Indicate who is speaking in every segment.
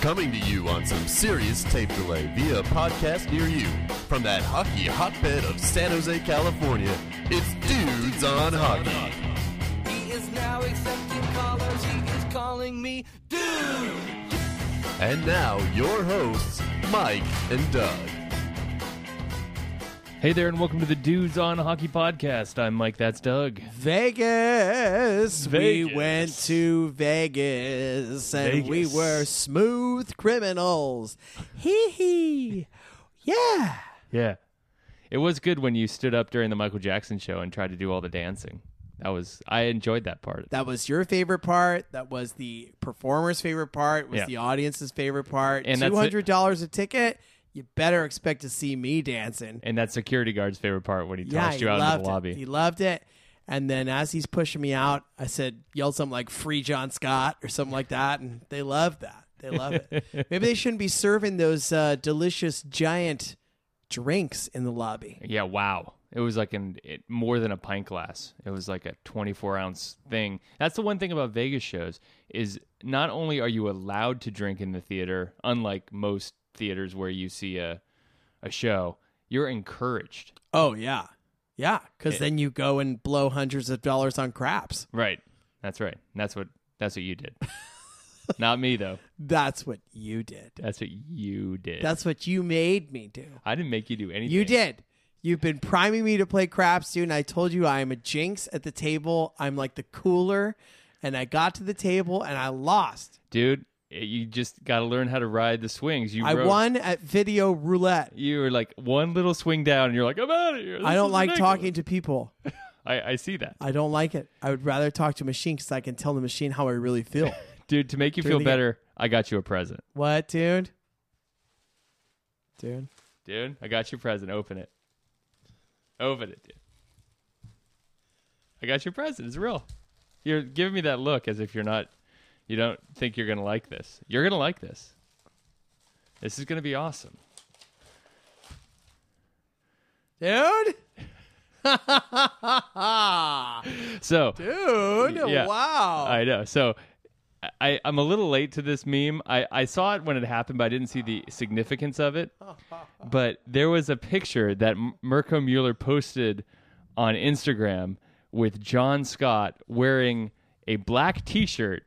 Speaker 1: Coming to you on some serious tape delay via podcast near you. From that hockey hotbed of San Jose, California, it's Dudes on Hockey.
Speaker 2: He is now accepting callers. He is calling me dude.
Speaker 1: And now, your hosts, Mike and Doug.
Speaker 3: Hey there, and welcome to the Dudes on Hockey podcast. I'm Mike. That's Doug.
Speaker 4: Vegas. We
Speaker 3: Vegas.
Speaker 4: went to Vegas and we
Speaker 3: Vegas.
Speaker 4: were smooth criminals. Hee hee. Yeah.
Speaker 3: Yeah, it was good when you stood up during the Michael Jackson show and tried to do all the dancing. That was I enjoyed that part.
Speaker 4: That was your favorite part. That was the performer's favorite part. Was
Speaker 3: Yeah.
Speaker 4: the audience's favorite part.
Speaker 3: And that's
Speaker 4: Two
Speaker 3: it.
Speaker 4: hundred dollars a ticket. You better expect to see me dancing.
Speaker 3: and that security guard's favorite part when he
Speaker 4: Yeah,
Speaker 3: tossed
Speaker 4: he
Speaker 3: you out into
Speaker 4: loved
Speaker 3: the lobby.
Speaker 4: it. He loved it. And then as he's pushing me out, I said, yelled something like "Free John Scott" or something like that, and they loved that. They love it. Maybe they shouldn't be serving those uh, delicious giant drinks in the lobby.
Speaker 3: Yeah, wow. It was like an it, more than a pint glass. It was like a 24 ounce thing. That's the one thing about Vegas shows is not only are you allowed to drink in the theater, unlike most theaters where you see a a show, you're encouraged.
Speaker 4: Oh yeah, yeah. Because then you go and blow hundreds of dollars on craps.
Speaker 3: Right. That's right. And That's what that's what you did. not me though.
Speaker 4: That's what you did.
Speaker 3: That's what you did.
Speaker 4: That's what you made me do.
Speaker 3: I didn't make you do anything.
Speaker 4: You did. You've been priming me to play craps, dude. And I told you I am a jinx at the table. I'm like the cooler. And I got to the table and I lost.
Speaker 3: Dude, it- you just got to learn how to ride the swings. You
Speaker 4: I
Speaker 3: rode-
Speaker 4: won at video roulette.
Speaker 3: You were like one little swing down and you're like, I'm out of here.
Speaker 4: I
Speaker 3: This
Speaker 4: don't
Speaker 3: is
Speaker 4: like
Speaker 3: ridiculous."
Speaker 4: talking to people.
Speaker 3: I, I see that.
Speaker 4: I don't like it. I would rather talk to a machine because I can tell the machine how I really feel.
Speaker 3: Dude, to make you feel
Speaker 4: the-
Speaker 3: better, I got you a present.
Speaker 4: what, dude? Dude.
Speaker 3: Dude, I got you a present. Open it. Open it, dude. I got your present. It's real. You're giving me that look as if you're not you don't think you're gonna like this. You're gonna like this. This is gonna be awesome.
Speaker 4: Dude?
Speaker 3: So
Speaker 4: Dude?
Speaker 3: Yeah.
Speaker 4: Wow.
Speaker 3: I know. So I, I'm a little late to this meme. I, I saw it when it happened, but I didn't see the significance of it. But there was a picture that M- Mirko Mueller posted on Instagram with John Scott wearing a black t shirt,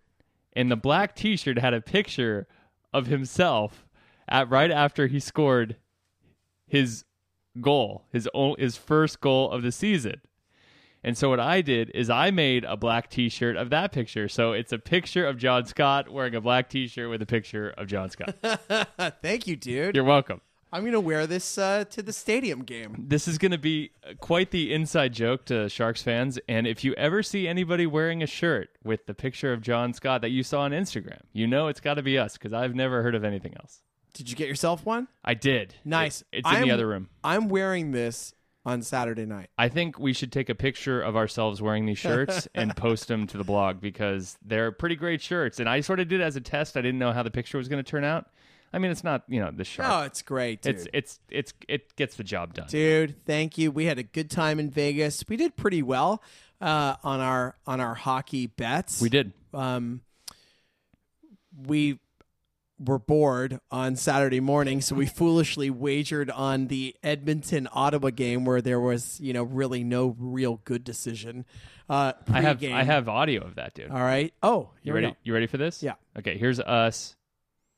Speaker 3: and the black t shirt had a picture of himself at right after he scored his goal, his, o- his first goal of the season. And so what I did is I made a black T-shirt of that picture. So it's a picture of John Scott wearing a black T-shirt with a picture of John Scott.
Speaker 4: Thank you, dude.
Speaker 3: You're welcome.
Speaker 4: I'm going to wear this uh, to the stadium game.
Speaker 3: This is going to be uh, quite the inside joke to Sharks fans. And if you ever see anybody wearing a shirt with the picture of John Scott that you saw on Instagram, you know it's got to be us because I've never heard of anything else.
Speaker 4: Did you get yourself one?
Speaker 3: I did.
Speaker 4: Nice.
Speaker 3: It- it's in
Speaker 4: I'm-
Speaker 3: the other room.
Speaker 4: I'm wearing this on Saturday night.
Speaker 3: I think we should take a picture of ourselves wearing these shirts and post them to the blog because they're pretty great shirts. And I sort of did it as a test. I didn't know how the picture was going to turn out. I mean, it's not you know the shark.
Speaker 4: Oh, it's great, dude.
Speaker 3: it's it's it's it gets the job done.
Speaker 4: dude, thank you. We had a good time in Vegas. We did pretty well uh, on our on our hockey bets.
Speaker 3: We did.
Speaker 4: Um, we were bored on Saturday morning, so we foolishly wagered on the Edmonton Ottawa game where there was you know really no real good decision. Uh,
Speaker 3: I have
Speaker 4: pregame.
Speaker 3: I have audio of that, dude.
Speaker 4: All right. Oh,
Speaker 3: you
Speaker 4: here we
Speaker 3: ready?
Speaker 4: go.
Speaker 3: You ready for this?
Speaker 4: Yeah.
Speaker 3: Okay. Here's us.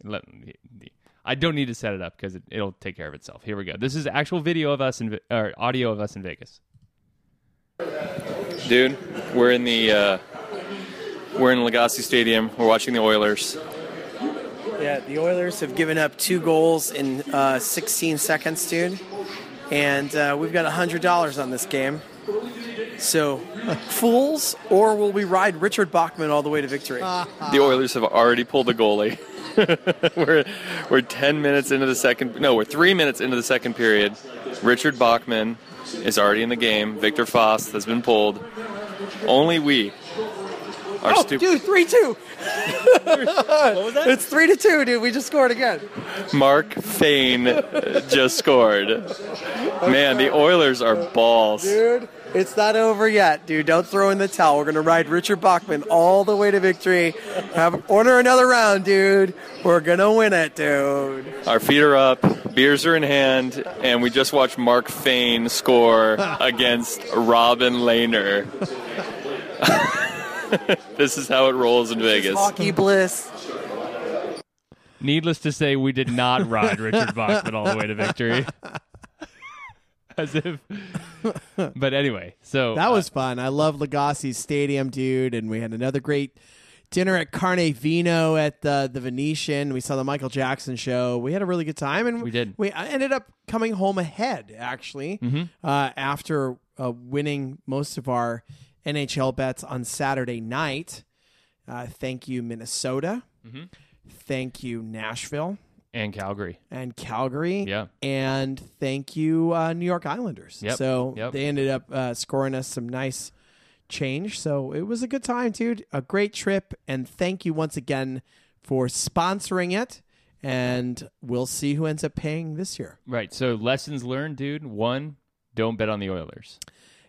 Speaker 3: Let, I don't need to set it up because it, it'll take care of itself. Here we go. This is actual video of us in Ve- or audio of us in Vegas. Dude, we're in the uh, we're in Legacy Stadium. We're watching the Oilers.
Speaker 4: Yeah, the Oilers have given up two goals in uh, 16 seconds, dude. And uh, we've got $100 on this game. So, fools, or will we ride Richard Bachman all the way to victory?
Speaker 5: Uh,
Speaker 3: The Oilers have already pulled the goalie. we're we're ten minutes into the second. No, we're three minutes into the second period. Richard Bachman is already in the game. Victor Foss has been pulled. Only we are
Speaker 4: oh,
Speaker 3: stupid.
Speaker 4: dude, 3 2. what was that? It's 3 to 2, dude. We just scored again.
Speaker 3: Mark uh, Fain just scored. Man, the Oilers are balls.
Speaker 4: Dude,
Speaker 5: It's not over yet, dude. Don't throw in the towel. We're gonna ride Richard Bachman all the way to victory. Have order another round, dude. We're gonna win it, dude.
Speaker 6: Our feet are up, beers are in hand, and we just watched Mark Fain score against Robin Lehner. this is how it rolls in Vegas.
Speaker 5: Hockey bliss.
Speaker 3: Needless to say, we did not ride Richard Bachman all the way to victory. As if. But anyway, so uh,
Speaker 4: That was fun. I love Legacy Stadium, dude. And we had another great dinner at Carne Vino at the the Venetian. We saw the Michael Jackson show. We had a really good time, and
Speaker 3: We did.
Speaker 4: We I ended up coming home ahead actually
Speaker 3: Mm-hmm.
Speaker 4: uh, after uh, winning most of our NHL bets on Saturday night. Uh, thank you, Minnesota.
Speaker 3: Mm-hmm.
Speaker 4: Thank you, Nashville
Speaker 3: and Calgary.
Speaker 4: and Calgary.
Speaker 3: Yeah.
Speaker 4: And thank you, uh, New York Islanders.
Speaker 3: Yep,
Speaker 4: So
Speaker 3: yep.
Speaker 4: they ended up uh, scoring us some nice change. So it was a good time, dude. A great trip. And thank you once again for sponsoring it. And we'll see who ends up paying this year.
Speaker 3: Right. So lessons learned, dude. One, don't bet on the Oilers.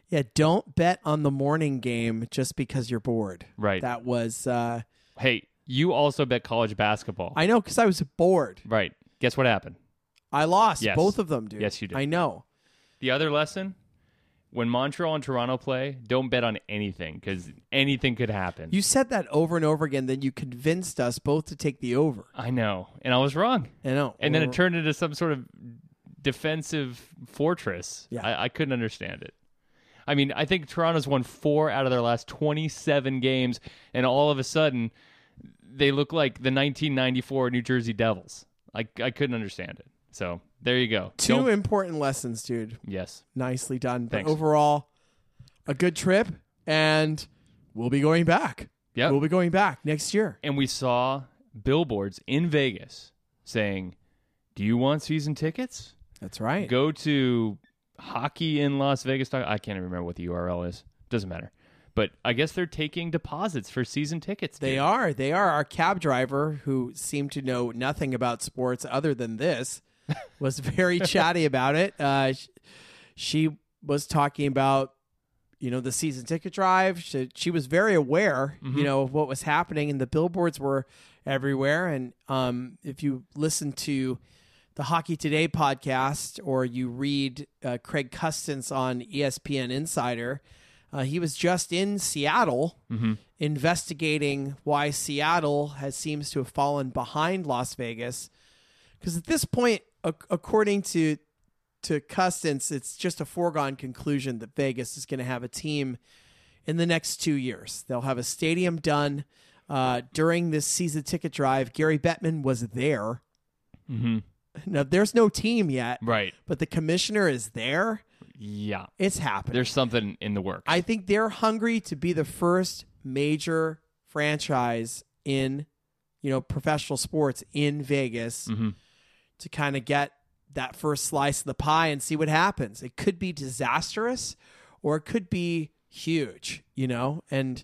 Speaker 4: Yeah, don't bet on the morning game just because you're bored.
Speaker 3: Right.
Speaker 4: That was, uh,
Speaker 3: Hey, you also bet college basketball.
Speaker 4: I know, because I was bored.
Speaker 3: right. Guess what happened?
Speaker 4: I lost
Speaker 3: Yes.
Speaker 4: both of them, dude.
Speaker 3: Yes, you did.
Speaker 4: I know.
Speaker 3: The other lesson when Montreal and Toronto play, don't bet on anything because anything could happen.
Speaker 4: You said that over and over again. Then you convinced us both to take the over.
Speaker 3: I know. And I was wrong.
Speaker 4: I know.
Speaker 3: Uh, And then
Speaker 4: Or-
Speaker 3: it turned into some sort of defensive fortress.
Speaker 4: Yeah.
Speaker 3: I, I couldn't understand it. I mean, I think Toronto's won four out of their last 27 games, and all of a sudden, they look like the 1994 New Jersey Devils. I, I couldn't understand it. So there you go.
Speaker 4: 2
Speaker 3: Don't-
Speaker 4: important lessons, dude.
Speaker 3: yes.
Speaker 4: Nicely done. But
Speaker 3: Thanks.
Speaker 4: overall, a good trip, and we'll be going back.
Speaker 3: Yep.
Speaker 4: We'll be going back next year.
Speaker 3: and we saw billboards in Vegas saying, "Do you want season tickets?
Speaker 4: That's right.
Speaker 3: Go to hockey in Las Vegas." I can't even remember what the URL is. Doesn't matter. But I guess they're taking deposits for season tickets.
Speaker 4: They
Speaker 3: dude.
Speaker 4: are. They are. Our cab driver, who seemed to know nothing about sports other than this, was very chatty about it. Uh, sh- she was talking about, you know, the season ticket drive. She, she was very aware, you know, of what was happening, and the billboards were everywhere. And um, if you listen to the Hockey Today podcast or you read uh, Craig Custance on E ESPN Insider, uh, he was just in Seattle investigating why Seattle has seems to have fallen behind Las Vegas. Because at this point, ac- according to to Custance, it's just a foregone conclusion that Vegas is going to have a team in the next two years. They'll have a stadium done uh, during this season ticket drive. Gary Bettman was there. Mm-hmm. Now, there's no team yet,
Speaker 3: right.
Speaker 4: but the commissioner is there.
Speaker 3: Yeah,
Speaker 4: It's happening.
Speaker 3: there's something in the works.
Speaker 4: I think they're hungry to be the first major franchise in, you know, professional sports in Vegas to kind of get that first slice of the pie and see what happens. It could be disastrous or it could be huge, you know? And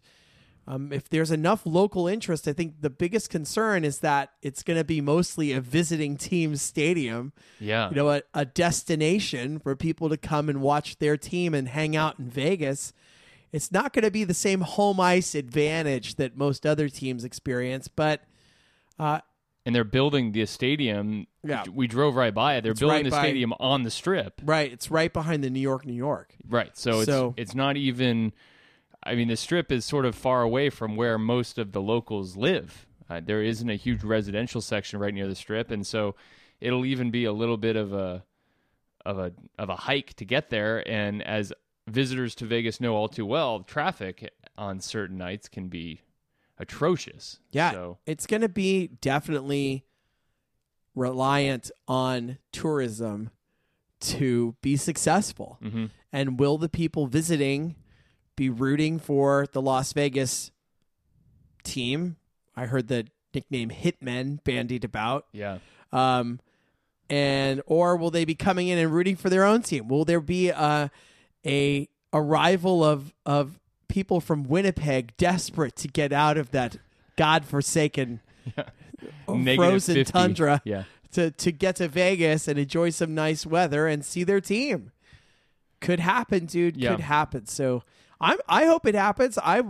Speaker 4: um, if there's enough local interest, I think the biggest concern is that it's going to be mostly a visiting team stadium
Speaker 3: yeah,
Speaker 4: you know, a, a destination for people to come and watch their team and hang out in Vegas. It's not going to be the same home ice advantage that most other teams experience, but
Speaker 3: and they're building the stadium.
Speaker 4: Yeah.
Speaker 3: we drove right by it. They're building
Speaker 4: right
Speaker 3: the
Speaker 4: by-
Speaker 3: stadium on the strip.
Speaker 4: right, it's right behind the New York, New York.
Speaker 3: Right. So it's
Speaker 4: So-
Speaker 3: it's not even. I mean, the strip is sort of far away from where most of the locals live. Uh, there isn't a huge residential section right near the strip, and so it'll even be a little bit of a of a of a hike to get there. And as visitors to Vegas know all too well, traffic on certain nights can be atrocious.
Speaker 4: Yeah,
Speaker 3: So
Speaker 4: it's going to be definitely reliant on tourism to be successful. And will the people visiting be rooting for the Las Vegas team? I heard the nickname Hitmen bandied about.
Speaker 3: yeah,
Speaker 4: Um, and or will they be coming in and rooting for their own team? Will there be a a arrival of of people from Winnipeg desperate to get out of that godforsaken
Speaker 3: Negative
Speaker 4: frozen
Speaker 3: 50.
Speaker 4: tundra
Speaker 3: Yeah.
Speaker 4: to to get to Vegas and enjoy some nice weather and see their team? could happen, dude.
Speaker 3: Yeah.
Speaker 4: Could happen. So I'm I hope it happens. I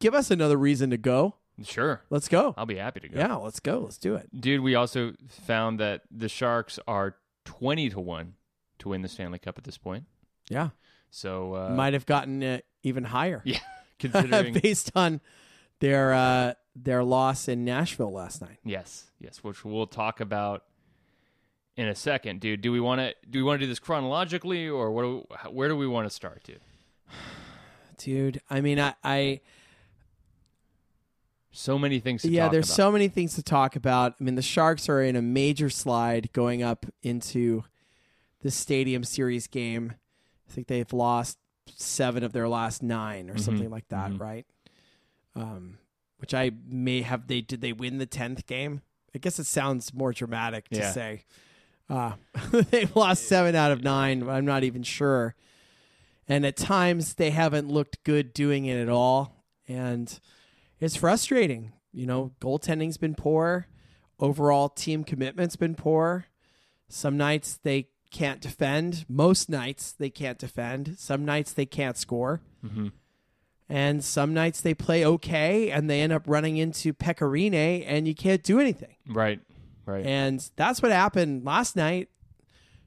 Speaker 4: give us another reason to go.
Speaker 3: Sure.
Speaker 4: Let's go.
Speaker 3: I'll be happy to go.
Speaker 4: Yeah, let's go. Let's do it.
Speaker 3: Dude, we also found that the Sharks are 20 to 1 to win the Stanley Cup at this point.
Speaker 4: Yeah.
Speaker 3: So, uh,
Speaker 4: Might have gotten it even higher.
Speaker 3: yeah, considering.
Speaker 4: based on their uh their loss in Nashville last night.
Speaker 3: yes, yes, which we'll talk about in a second, dude. Do we want to do we want to do this chronologically or what do, where do we want to start, dude?
Speaker 4: Dude, I mean I, I
Speaker 3: So many things to
Speaker 4: yeah,
Speaker 3: talk
Speaker 4: there's
Speaker 3: about.
Speaker 4: so many things to talk about. I mean, the Sharks are in a major slide going up into the Stadium Series game. I think they've lost seven of their last nine
Speaker 3: Mm-hmm.
Speaker 4: or something like that, right? Um, which I may have they did they win the tenth game? I guess it sounds more dramatic to
Speaker 3: Yeah.
Speaker 4: say uh, they've lost seven out of nine. But I'm not even sure. And at times they haven't looked good doing it at all, and it's frustrating. You know, goaltending's been poor. Overall team commitment's been poor. Some nights they can't defend. Most nights they can't defend. Some nights they can't score.
Speaker 3: Mm-hmm.
Speaker 4: And some nights they play okay and they end up running into Pecorine and you can't do anything.
Speaker 3: right. Right.
Speaker 4: And that's what happened last night.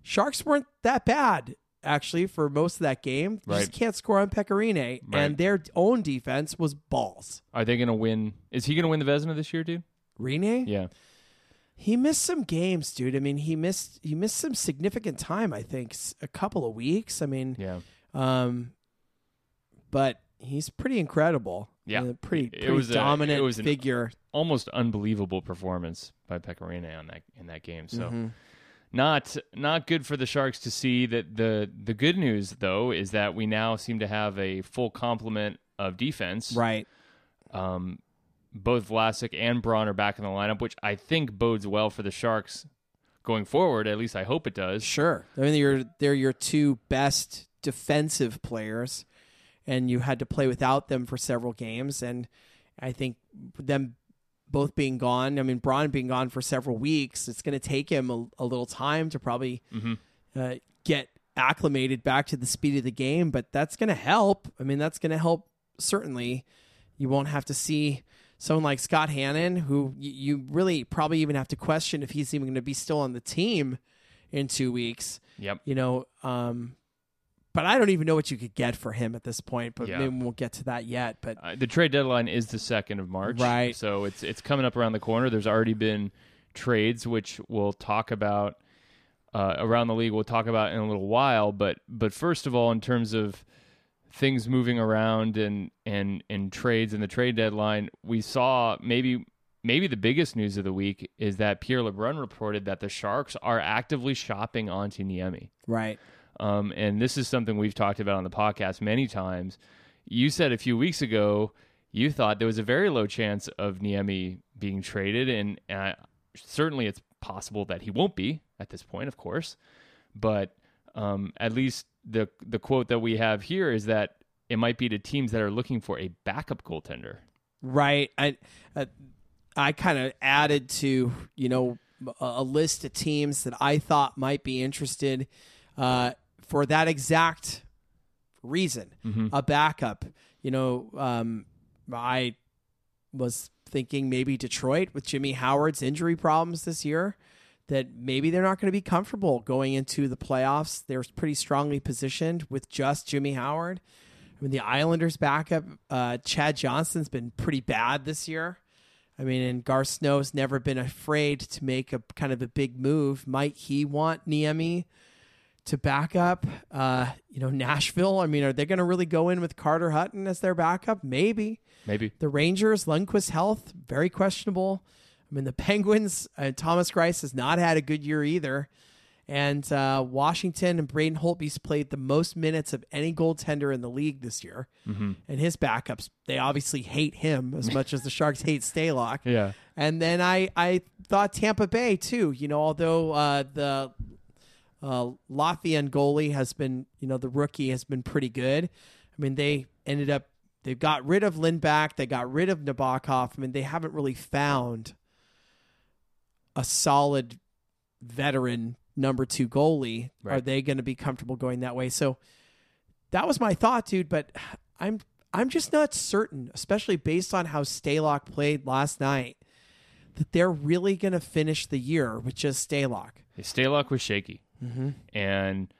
Speaker 4: Sharks weren't that bad, actually, for most of that game. They
Speaker 3: Right.
Speaker 4: just can't score on Pecorine. And
Speaker 3: Right.
Speaker 4: their own defense was balls.
Speaker 3: are they going to win? Is he going to win the Vesna this year, dude?
Speaker 4: Rene?
Speaker 3: Yeah.
Speaker 4: He missed some games, dude. I mean, he missed he missed some significant time, I think, s- a couple of weeks. I mean,
Speaker 3: Yeah.
Speaker 4: um but he's pretty incredible.
Speaker 3: Yeah.
Speaker 4: Uh, pretty,
Speaker 3: It
Speaker 4: pretty
Speaker 3: was a-
Speaker 4: dominant
Speaker 3: it was an-
Speaker 4: figure.
Speaker 3: almost unbelievable performance by Pecorino on that in that game. So
Speaker 4: Mm-hmm.
Speaker 3: not not good for the Sharks to see that the the good news though is that we now seem to have a full complement of defense.
Speaker 4: right.
Speaker 3: Both Vlasic and Braun are back in the lineup, which I think bodes well for the Sharks going forward. At least I hope it does.
Speaker 4: Sure. I mean, you're, they're your two best defensive players, and you had to play without them for several games. And I think them both being gone, I mean, Braun being gone for several weeks, it's going to take him a, a little time to probably uh, get acclimated back to the speed of the game, but that's going to help. I mean, that's going to help certainly. You won't have to see someone like Scott Hannon, who y- you really probably even have to question if he's even going to be still on the team in two weeks.
Speaker 3: Yep.
Speaker 4: You know, um, but I don't even know what you could get for him at this point. But
Speaker 3: Yeah.
Speaker 4: maybe we'll get to that yet. But
Speaker 3: Uh, the trade deadline is the second of March,
Speaker 4: Right.
Speaker 3: So it's it's coming up around the corner. There's already been trades, which we'll talk about uh, around the league. We'll talk about in a little while, but but first of all, in terms of things moving around and and and trades and the trade deadline, we saw maybe maybe the biggest news of the week is that Pierre LeBrun reported that the Sharks are actively shopping onto Niemi.
Speaker 4: right,
Speaker 3: Um, and this is something we've talked about on the podcast many times. You said a few weeks ago you thought there was a very low chance of Niemi being traded, and, and I, certainly it's possible that he won't be at this point, of course. But um, at least the the quote that we have here is that it might be to teams that are looking for a backup goaltender.
Speaker 4: right. I uh, I kind of added to you know a, a list of teams that I thought might be interested uh, for that exact reason, a backup. You know, um, I was thinking maybe Detroit with Jimmy Howard's injury problems this year that maybe they're not going to be comfortable going into the playoffs. They're pretty strongly positioned with just Jimmy Howard. I mean, the Islanders' backup, uh, Chad Johnson's been pretty bad this year. I mean, and Gar Snow's never been afraid to make a kind of a big move. Might he want Niemi to back up? Uh, you know, Nashville. I mean, are they going to really go in with Carter Hutton as their backup? Maybe.
Speaker 3: Maybe
Speaker 4: The Rangers, Lundquist health, very questionable. I mean, the Penguins, uh, Thomas Grice has not had a good year either. And uh, Washington and Braden Holtby's played the most minutes of any goaltender in the league this year. And his backups, they obviously hate him as much as the Sharks hate Staylock.
Speaker 3: Yeah.
Speaker 4: And then I, I thought Tampa Bay, too. You know, although uh, the uh, Latvian goalie has been, you know, the rookie has been pretty good. I mean, they ended up, they got rid of Lindback, they got rid of Nabokov. I mean, they haven't really found a solid veteran number two goalie.
Speaker 3: Right.
Speaker 4: Are they going to be comfortable going that way? So that was my thought, dude. But I'm I'm just not certain, especially based on how Staylock played last night, that they're really gonna finish the year with just Staylock.
Speaker 3: Staylock was shaky, and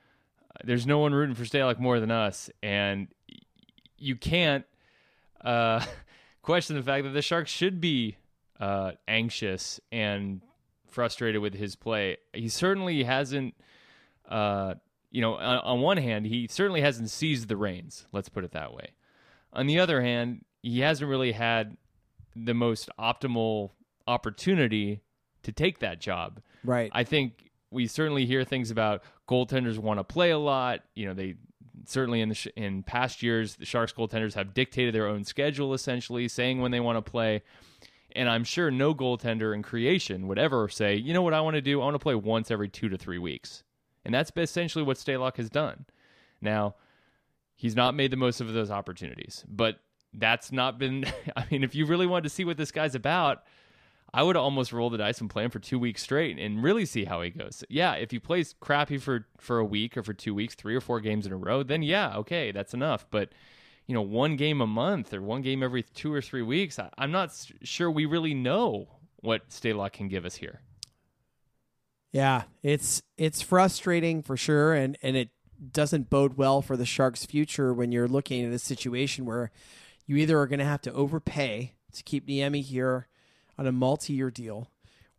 Speaker 3: uh, there's no one rooting for Staylock more than us, and y- you can't uh, question the fact that the Sharks should be uh, anxious and frustrated with his play. He certainly hasn't. Uh, you know, on, on one hand, he certainly hasn't seized the reins. Let's put it that way. On the other hand, he hasn't really had the most optimal opportunity to take that job.
Speaker 4: Right.
Speaker 3: I think we certainly hear things about goaltenders want to play a lot. You know, they certainly in the sh- in past years the Sharks goaltenders have dictated their own schedule essentially, saying when they want to play. And I'm sure no goaltender in creation would ever say, you know what I want to do? I want to play once every two to three weeks. And that's essentially what Staylock has done. Now, he's not made the most of those opportunities, but that's not been. I mean, if you really wanted to see what this guy's about, I would almost roll the dice and play him for two weeks straight and really see how he goes. Yeah, if he plays crappy for for a week or for two weeks, three or four games in a row, then yeah, okay, that's enough. But you know, one game a month or one game every two or three weeks, I, I'm not s- sure we really know what Staylock can give us here.
Speaker 4: Yeah, it's it's frustrating for sure, and and it doesn't bode well for the Sharks' future when you're looking at a situation where you either are going to have to overpay to keep Niemi here on a multi-year deal,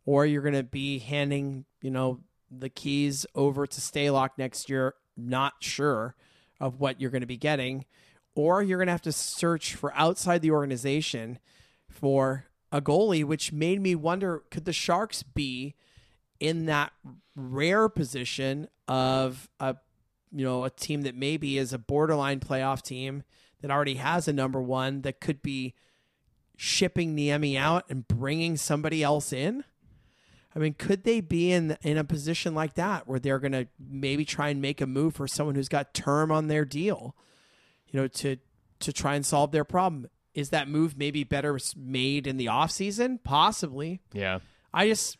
Speaker 4: or you're going to be handing you know the keys over to Staylock next year, not sure of what you're going to be getting, or you're going to have to search for outside the organization for a goalie, which made me wonder: could the Sharks be? in that rare position of a you know a team that maybe is a borderline playoff team that already has a number one that could be shipping Niemi out and bringing somebody else in. I mean, could they be in in a position like that where they're going to maybe try and make a move for someone who's got term on their deal, you know, to to try and solve their problem? Is that move maybe better made in the offseason? Possibly.
Speaker 3: Yeah,
Speaker 4: I just,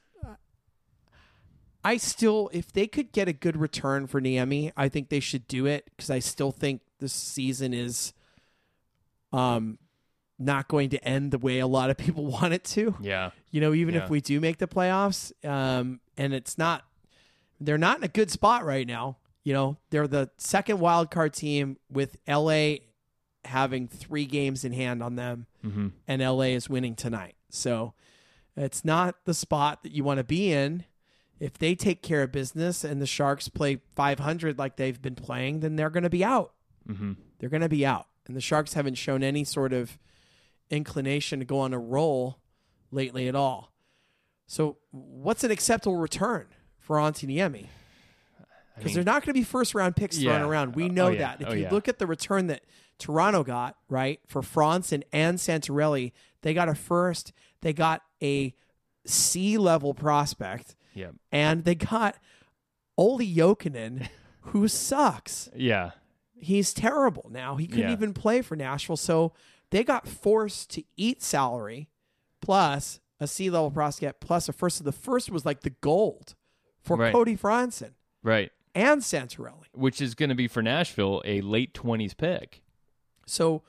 Speaker 4: I still, if they could get a good return for Niemi, I think they should do it because I still think this season is, um, not going to end the way a lot of people want it to.
Speaker 3: yeah,
Speaker 4: You know, even
Speaker 3: Yeah.
Speaker 4: if we do make the playoffs, um, and it's not, they're not in a good spot right now. You know, they're the second wild card team with LA having three games in hand on them,
Speaker 3: mm-hmm.
Speaker 4: and LA is winning tonight. So it's not the spot that you want to be in. If they take care of business and the Sharks play 500 like they've been playing, then they're going to be out.
Speaker 3: Mm-hmm.
Speaker 4: They're going to be out. And the Sharks haven't shown any sort of inclination to go on a roll lately at all. So, what's an acceptable return for Antiniemi? Because
Speaker 3: mean-
Speaker 4: they're not going to be first round picks thrown
Speaker 3: Yeah.
Speaker 4: around.
Speaker 3: Oh,
Speaker 4: We know
Speaker 3: yeah.
Speaker 4: that. If
Speaker 3: Oh,
Speaker 4: you
Speaker 3: yeah.
Speaker 4: look at the return that Toronto got, right, for Franson and Santorelli, they got a first, they got a C level prospect,
Speaker 3: yeah,
Speaker 4: and they got Oli Jokinen, who sucks
Speaker 3: yeah.
Speaker 4: he's terrible now. He couldn't
Speaker 3: Yeah.
Speaker 4: even play for Nashville. So they got forced to eat salary plus a C level prospect plus a first. So the first was like the gold for
Speaker 3: Right.
Speaker 4: Cody Franson
Speaker 3: Right,
Speaker 4: and Santorelli.
Speaker 3: which is going to be for Nashville a late twenties pick.
Speaker 4: So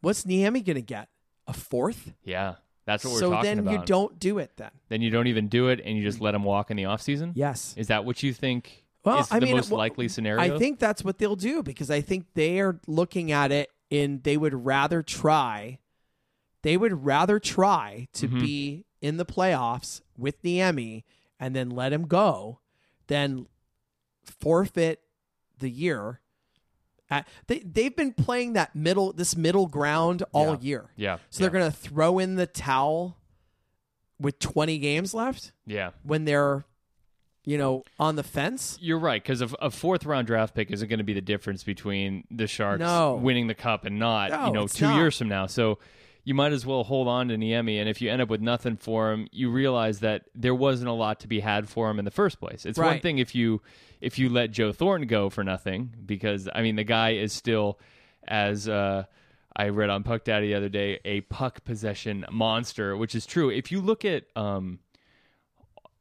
Speaker 4: what's Niemi going to get? A fourth?
Speaker 3: Yeah, that's what we're
Speaker 4: so
Speaker 3: talking
Speaker 4: then
Speaker 3: about.
Speaker 4: you don't do it then.
Speaker 3: then you don't even do it, and you just let him walk in the offseason?
Speaker 4: Yes.
Speaker 3: Is that what you think
Speaker 4: Well,
Speaker 3: is
Speaker 4: I
Speaker 3: the
Speaker 4: mean,
Speaker 3: most
Speaker 4: well,
Speaker 3: likely scenario?
Speaker 4: I think that's what they'll do because I think they are looking at it in they would rather try they would rather try to
Speaker 3: Mhm.
Speaker 4: be in the playoffs with Niemi and then let him go than forfeit the year. At, they they've been playing that middle this middle ground all
Speaker 3: Yeah.
Speaker 4: year.
Speaker 3: Yeah.
Speaker 4: So they're going to throw in the towel with 20 games left
Speaker 3: Yeah.
Speaker 4: when they're you know on the fence.
Speaker 3: You're right, because a, a fourth round draft pick isn't going to be the difference between the Sharks
Speaker 4: No.
Speaker 3: winning the cup and not,
Speaker 4: No,
Speaker 3: you know,
Speaker 4: it's
Speaker 3: two
Speaker 4: not.
Speaker 3: years from now. So you might as well hold on to Niemi. And if you end up with nothing for him, you realize that there wasn't a lot to be had for him in the first place. It's one
Speaker 4: Right.
Speaker 3: thing if you if you let Joe Thornton go for nothing, because I mean the guy is still as uh I read on Puck Daddy the other day, a puck possession monster, which is true. If you look at um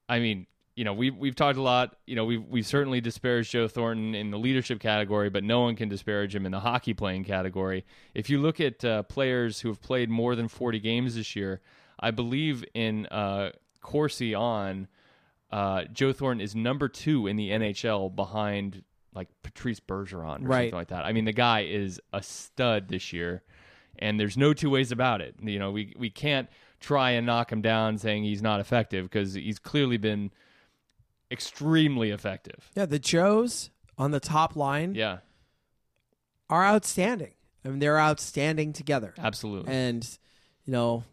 Speaker 3: I mean, you know, we've we've talked a lot. You know, we've we've certainly disparaged Joe Thornton in the leadership category, but no one can disparage him in the hockey playing category. If you look at uh, players who have played more than forty games this year, I believe in uh, Corsi on uh, Joe Thornton is number two in the NHL behind like Patrice Bergeron or
Speaker 4: Right.
Speaker 3: something like that. I mean, the guy is a stud this year, and there's no two ways about it. You know, we we can't try and knock him down saying he's not effective because he's clearly been extremely effective.
Speaker 4: Yeah, the Joes on the top line
Speaker 3: Yeah,
Speaker 4: are outstanding. I mean, they're outstanding together.
Speaker 3: absolutely.
Speaker 4: And, you know,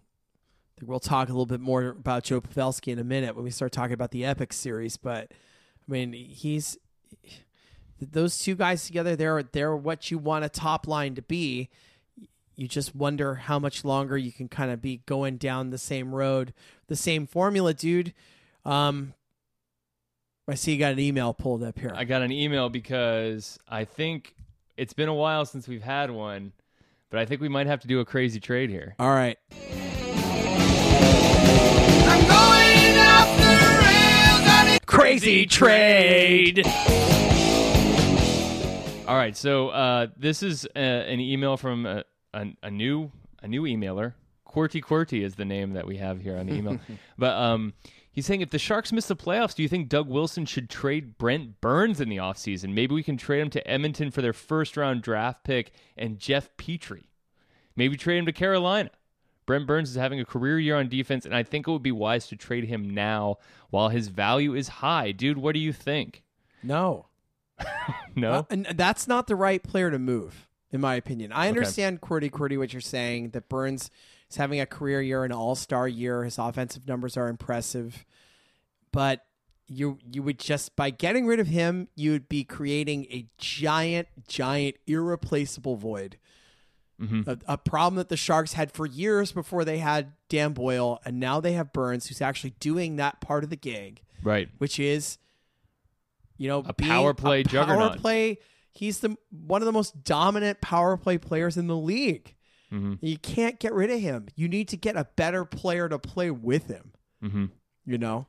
Speaker 4: I think we'll talk a little bit more about Joe Pavelski in a minute when we start talking about the Epic series. But, I mean, he's those two guys together. They're they're what you want a top line to be. You just wonder how much longer you can kind of be going down the same road, the same formula, dude. Um, I see you got an email pulled up here.
Speaker 3: I got an email because I think it's been a while since we've had one, but I think we might have to do a crazy trade here.
Speaker 4: All right.
Speaker 2: I'm going off the rails on it.
Speaker 4: Crazy trade.
Speaker 3: All right, so uh, this is uh an email from a, a, a new a new emailer. Qwerty Qwerty is the name that we have here on the email. but um, he's saying if the Sharks miss the playoffs, do you think Doug Wilson should trade Brent Burns in the offseason? Maybe we can trade him to Edmonton for their first round draft pick and Jeff Petrie. Maybe trade him to Carolina. Brent Burns is having a career year on defense, and I think it would be wise to trade him now while his value is high. Dude, what do you think?
Speaker 4: No.
Speaker 3: No?
Speaker 4: Uh, and that's not the right player to move, in my opinion. I understand QWERTY QWERTY what you're saying that Burns is having a career year, an all star year. His offensive numbers are impressive, but you you would just by getting rid of him, you would be creating a giant, giant, irreplaceable void. A, a problem that the Sharks had for years before they had Dan Boyle, and now they have Burns, who's actually doing that part of the gig
Speaker 3: right.
Speaker 4: which is you know a
Speaker 3: power play
Speaker 4: a power
Speaker 3: juggernaut.
Speaker 4: play he's the one of the most dominant power play players in the league
Speaker 3: Mm-hmm.
Speaker 4: you can't get rid of him you need to get a better player to play with him
Speaker 3: Mm-hmm.
Speaker 4: you know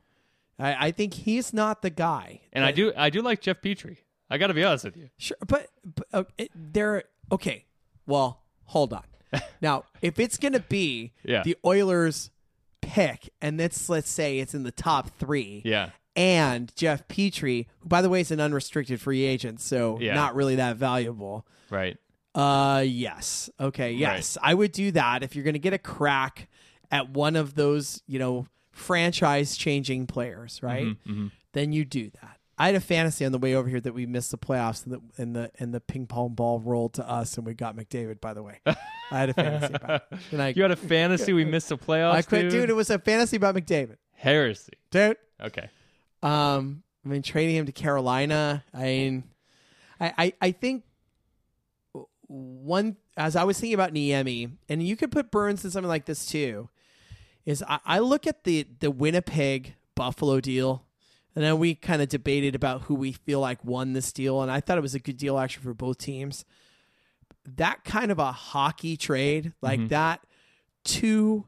Speaker 4: I, I think he's not the guy
Speaker 3: And I do I do like Jeff Petrie. I got to be honest with you.
Speaker 4: Sure, but, but uh, it, they're okay. Well, hold on. now, if it's going to be
Speaker 3: Yeah.
Speaker 4: the Oilers pick, and let's let's say it's in the top three,
Speaker 3: Yeah.
Speaker 4: and Jeff Petrie, who by the way is an unrestricted free agent, so
Speaker 3: Yeah.
Speaker 4: not really that valuable.
Speaker 3: Right.
Speaker 4: Uh, yes. Okay, yes, I would do that if you're going to get a crack at one of those, you know, franchise-changing
Speaker 3: Mm-hmm,
Speaker 4: players, right? Then you do that. I had a fantasy on the way over here that we missed the playoffs and the and the and the ping pong ball rolled to us and we got McDavid. By the way, I had a fantasy about it. And I,
Speaker 3: You had a fantasy we missed the playoffs.
Speaker 4: I quit,
Speaker 3: dude.
Speaker 4: dude. It was a fantasy about McDavid,
Speaker 3: Heresy.
Speaker 4: dude.
Speaker 3: Okay.
Speaker 4: Um, I mean, trading him to Carolina. I mean, I, I, I think one as I was thinking about Niemi, and you could put Burns in something like this too. Is I, I look at the the Winnipeg Buffalo deal, and then we kind of debated about who we feel like won this deal, and I thought it was a good deal actually for both teams. That kind of a hockey trade like that, two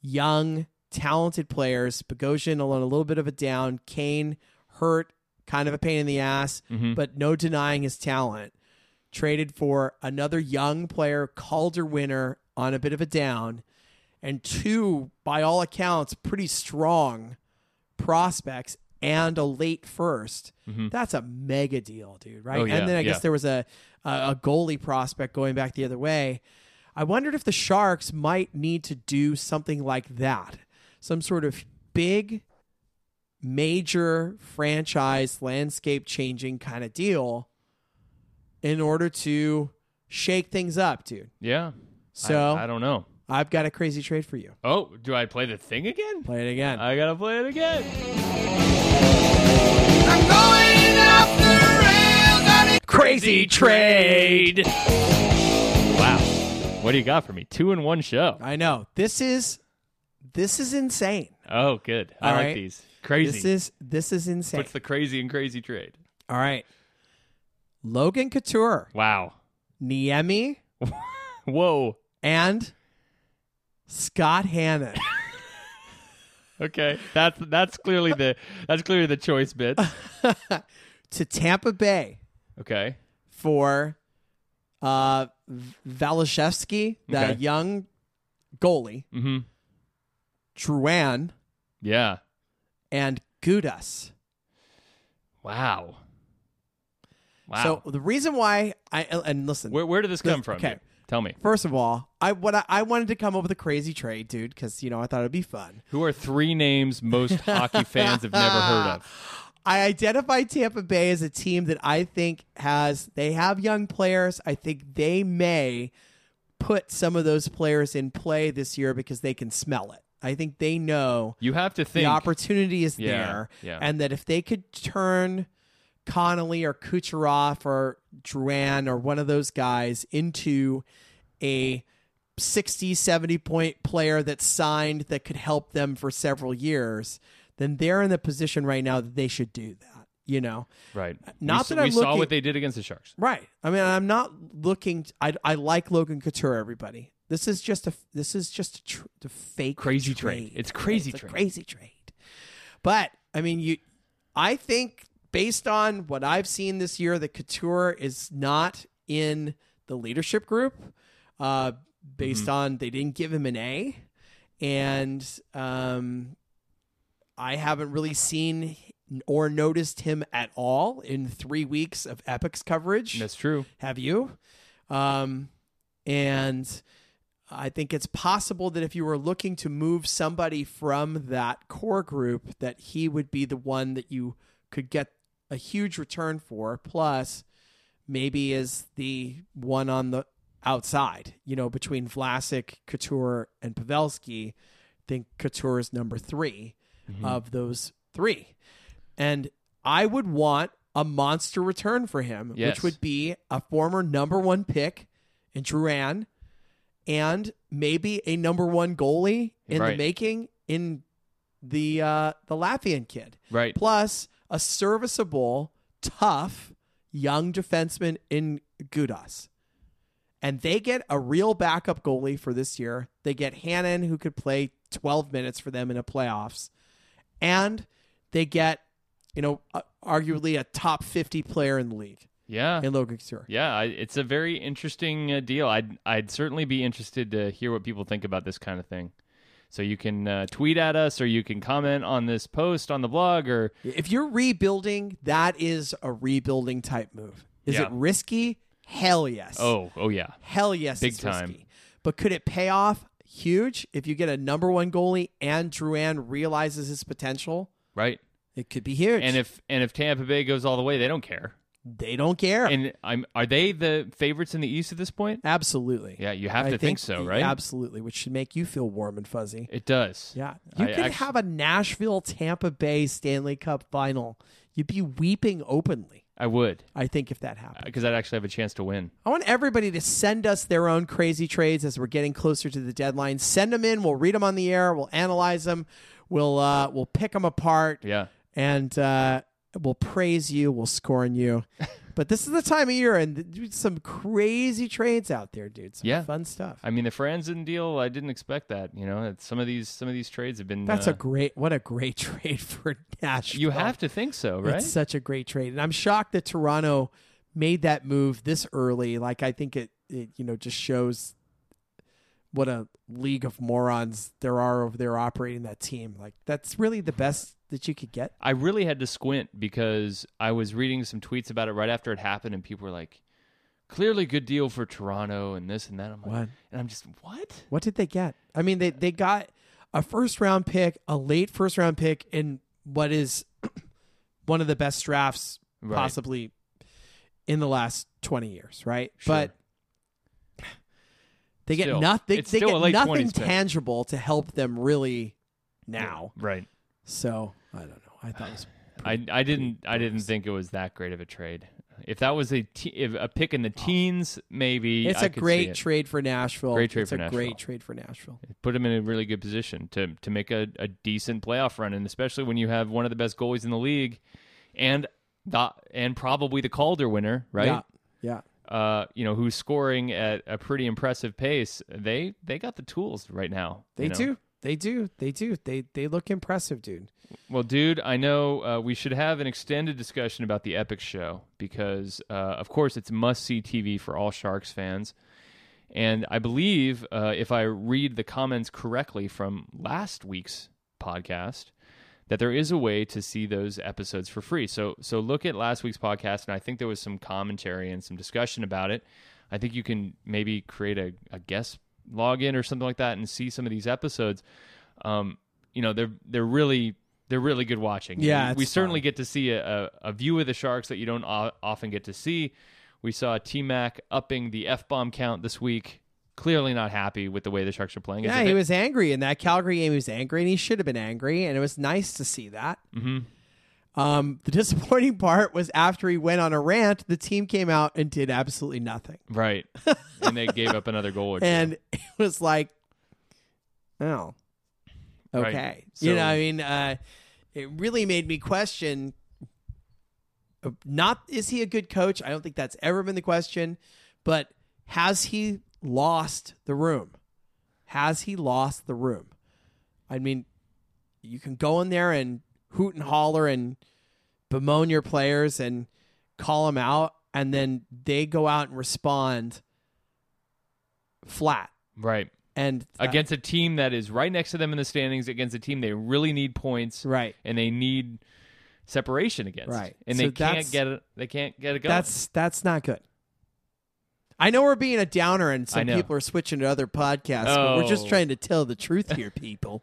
Speaker 4: young, talented players. Bogosian on a little bit of a down. Kane hurt, kind of a pain in the ass, but no denying his talent. Traded for another young player, Calder winner, on a bit of a down, and two, by all accounts, pretty strong prospects and a late 1st That's a mega deal, dude. Right?
Speaker 3: Mm-hmm. Oh, yeah,
Speaker 4: and then I
Speaker 3: yeah.
Speaker 4: guess there was a, a a goalie prospect going back the other way. I wondered if the Sharks might need to do something like that, some sort of big, major franchise landscape changing kind of deal, in order to shake things up, dude.
Speaker 3: Yeah.
Speaker 4: So
Speaker 3: I, I don't know.
Speaker 4: I've got a crazy trade for you.
Speaker 3: Oh, do I play the thing again?
Speaker 4: Play it again.
Speaker 3: I gotta play it again.
Speaker 2: I'm going off the rails on it.
Speaker 4: crazy trade.
Speaker 3: Wow. What do you got for me? Two in one show.
Speaker 4: I know this is this is insane.
Speaker 3: Oh, good. I
Speaker 4: All
Speaker 3: like
Speaker 4: right.
Speaker 3: these. Crazy.
Speaker 4: This is this is insane.
Speaker 3: What's the crazy and crazy trade?
Speaker 4: All right, Logan Couture,
Speaker 3: Wow.
Speaker 4: Niemi,
Speaker 3: Whoa.
Speaker 4: and Scott Hannon.
Speaker 3: Okay, that's that's clearly the that's clearly the choice bit.
Speaker 4: to Tampa Bay
Speaker 3: Okay,
Speaker 4: for uh, V- Valashevsky, the
Speaker 3: Okay.
Speaker 4: young goalie,
Speaker 3: hmm
Speaker 4: Truan,
Speaker 3: yeah,
Speaker 4: and Gudas.
Speaker 3: wow, wow.
Speaker 4: So the reason why I and listen,
Speaker 3: where where did this come
Speaker 4: this-
Speaker 3: from?
Speaker 4: okay.
Speaker 3: dude? tell me.
Speaker 4: first of all, I what I, I wanted to come up with a crazy trade, dude, because you know I thought it'd be fun.
Speaker 3: Who are three names most hockey fans have never heard of?
Speaker 4: I identify Tampa Bay as a team that I think has they have young players. I think they may put some of those players in play this year because they can smell it. I think they know
Speaker 3: You have to think.
Speaker 4: the opportunity is
Speaker 3: Yeah,
Speaker 4: there,
Speaker 3: yeah.
Speaker 4: and that if they could turn Connolly or Kucherov or Drouin or one of those guys into a 60, 70 point player that's signed that could help them for several years, then they're in the position right now that they should do that, you know?
Speaker 3: right.
Speaker 4: Not
Speaker 3: we,
Speaker 4: that
Speaker 3: we
Speaker 4: I'm
Speaker 3: saw
Speaker 4: looking-
Speaker 3: what they did against the Sharks.
Speaker 4: Right. I mean, I'm not looking. I, I like Logan Couture, everybody. This is just a this is just a, tr- a fake
Speaker 3: Crazy trade. It's crazy
Speaker 4: It's a
Speaker 3: trade.
Speaker 4: crazy trade. But I mean, you. I think based on what I've seen this year, that Couture is not in the leadership group. Uh, based on they didn't give him an A, and um, I haven't really seen or noticed him at all in three weeks of Epic's coverage
Speaker 3: That's true.
Speaker 4: have you? Um, and I think it's possible that if you were looking to move somebody from that core group, that he would be the one that you could get a huge return for. Plus, maybe is the one on the outside, you know, between Vlasic, Couture, and Pavelski. I think Couture is number 3 of those three. And I would want a monster return for him,
Speaker 3: Yes.
Speaker 4: which would be a former number one pick in Duran and maybe a number one goalie in
Speaker 3: Right.
Speaker 4: the making in the uh, the Latvian kid.
Speaker 3: Right.
Speaker 4: Plus a serviceable, tough young defenseman in Gudas. And they get a real backup goalie for this year. They get Hannon, who could play 12 minutes for them in the playoffs. And they get, you know, a- arguably a top 50 player in the league
Speaker 3: Yeah.
Speaker 4: in Logan Couture.
Speaker 3: Yeah, I- it's a very interesting uh, deal. I'd I'd certainly be interested to hear what people think about this kind of thing. So you can uh, tweet at us, or you can comment on this post on the blog, or
Speaker 4: If you're rebuilding, that is a rebuilding type move. Is
Speaker 3: Yeah.
Speaker 4: it risky? Hell yes.
Speaker 3: oh oh yeah,
Speaker 4: Hell yes,
Speaker 3: Big
Speaker 4: it's
Speaker 3: time.
Speaker 4: risky. But could it pay off huge if you get a number one goalie and Drouin realizes his potential?
Speaker 3: right.
Speaker 4: It could be huge.
Speaker 3: And if and if Tampa Bay goes all the way, they don't care.
Speaker 4: they don't care,
Speaker 3: And I'm are they the favorites in the East at this point?
Speaker 4: absolutely.
Speaker 3: Yeah, you have to
Speaker 4: I
Speaker 3: think, so, right?
Speaker 4: Absolutely, which should make you feel warm and fuzzy.
Speaker 3: It does.
Speaker 4: Yeah, you
Speaker 3: I
Speaker 4: could
Speaker 3: actu-
Speaker 4: have a Nashville Tampa Bay Stanley Cup final. You'd be weeping openly.
Speaker 3: I would
Speaker 4: I think if that happened.
Speaker 3: because I'd actually have a chance to win.
Speaker 4: I want everybody to send us their own crazy trades as we're getting closer to the deadline. Send them in. We'll read them on the air. We'll analyze them. We'll uh, we'll pick them apart,
Speaker 3: Yeah,
Speaker 4: and uh, we'll praise you. We'll scorn you. but this is the time of year, and dude, some crazy trades out there, dude. Some
Speaker 3: Yeah.
Speaker 4: fun stuff.
Speaker 3: I mean the Franzen deal. I didn't expect that. You know, some of these some of these trades have been.
Speaker 4: That's
Speaker 3: uh,
Speaker 4: a great. What a great trade for Nashville.
Speaker 3: you have to think so, right?
Speaker 4: It's such a great trade, and I'm shocked that Toronto made that move this early. Like I think it, it you know, just shows what a league of morons there are over there operating that team. Like that's really the best that you could get.
Speaker 3: I really had to squint because I was reading some tweets about it right after it happened, and people were like, "Clearly, good deal for Toronto and this and that." I'm like,
Speaker 4: What?
Speaker 3: and I'm just what?
Speaker 4: What did they get? I mean, they they got a first round pick, a late first round pick in what is one of the best drafts
Speaker 3: Right.
Speaker 4: possibly in the last 20 years, right? But they get
Speaker 3: Still,
Speaker 4: nothing
Speaker 3: it's
Speaker 4: they
Speaker 3: still a
Speaker 4: get
Speaker 3: late
Speaker 4: nothing
Speaker 3: 20s pick.
Speaker 4: tangible to help them really now.
Speaker 3: Right.
Speaker 4: So, I don't know. I thought it was
Speaker 3: I I didn't I didn't think it was that great of a trade. If that was a te- if a pick in the teens, maybe
Speaker 4: Oh. It's
Speaker 3: a
Speaker 4: a great trade for Nashville.
Speaker 3: Great trade
Speaker 4: it's
Speaker 3: for
Speaker 4: a
Speaker 3: Nashville.
Speaker 4: great trade for Nashville.
Speaker 3: Put him in a really good position to to make a, a decent playoff run, and especially when you have one of the best goalies in the league, and the and probably the Calder winner, right?
Speaker 4: Yeah. Yeah.
Speaker 3: uh, you know, who's scoring at a pretty impressive pace, they they got the tools right now.
Speaker 4: They
Speaker 3: you know?
Speaker 4: do. They do. They do. They they look impressive, dude.
Speaker 3: Well, dude, I know uh, we should have an extended discussion about the Epic Show because, uh, of course, it's must see TV for all Sharks fans. And I believe, uh, if I read the comments correctly from last week's podcast, that there is a way to see those episodes for free. So, so look at last week's podcast, and I think there was some commentary and some discussion about it. I think you can maybe create a, a guest login or something like that and see some of these episodes. Um, you know, they're they're really they're really good watching.
Speaker 4: Yeah,
Speaker 3: we,
Speaker 4: it's
Speaker 3: we certainly get to see a, a, a view of the Sharks that you don't o- often get to see. We saw T Mac upping the f bomb count this week. Clearly not happy with the way the Sharks are playing. It's a
Speaker 4: Yeah, he
Speaker 3: bit-
Speaker 4: was angry in that Calgary game. He was angry, and he should have been angry. And it was nice to see that. Mm-hmm. Um, the disappointing part was after he went on a rant, the team came out and did absolutely nothing,
Speaker 3: right, and they gave up another goal. Or two.
Speaker 4: and it was like, oh,
Speaker 3: Right.
Speaker 4: okay. you
Speaker 3: So-
Speaker 4: know, I mean, uh, it really made me question. uh, Not is he a good coach? I don't think that's ever been the question, but has he lost the room? Has he lost the room? I mean, you can go in there and hoot and holler and bemoan your players and call them out, and then they go out and respond flat.
Speaker 3: right.
Speaker 4: And
Speaker 3: against a team that is right next to them in the standings, against a team they really need points,
Speaker 4: right.
Speaker 3: And they need separation against,
Speaker 4: Right.
Speaker 3: And
Speaker 4: So
Speaker 3: they
Speaker 4: that's-
Speaker 3: can't get it. They can't get it going.
Speaker 4: That's that's not good. I know we're being a downer, and
Speaker 3: I
Speaker 4: some
Speaker 3: know.
Speaker 4: people are switching to other podcasts, but we're just
Speaker 3: Oh.
Speaker 4: trying to tell the truth here, people.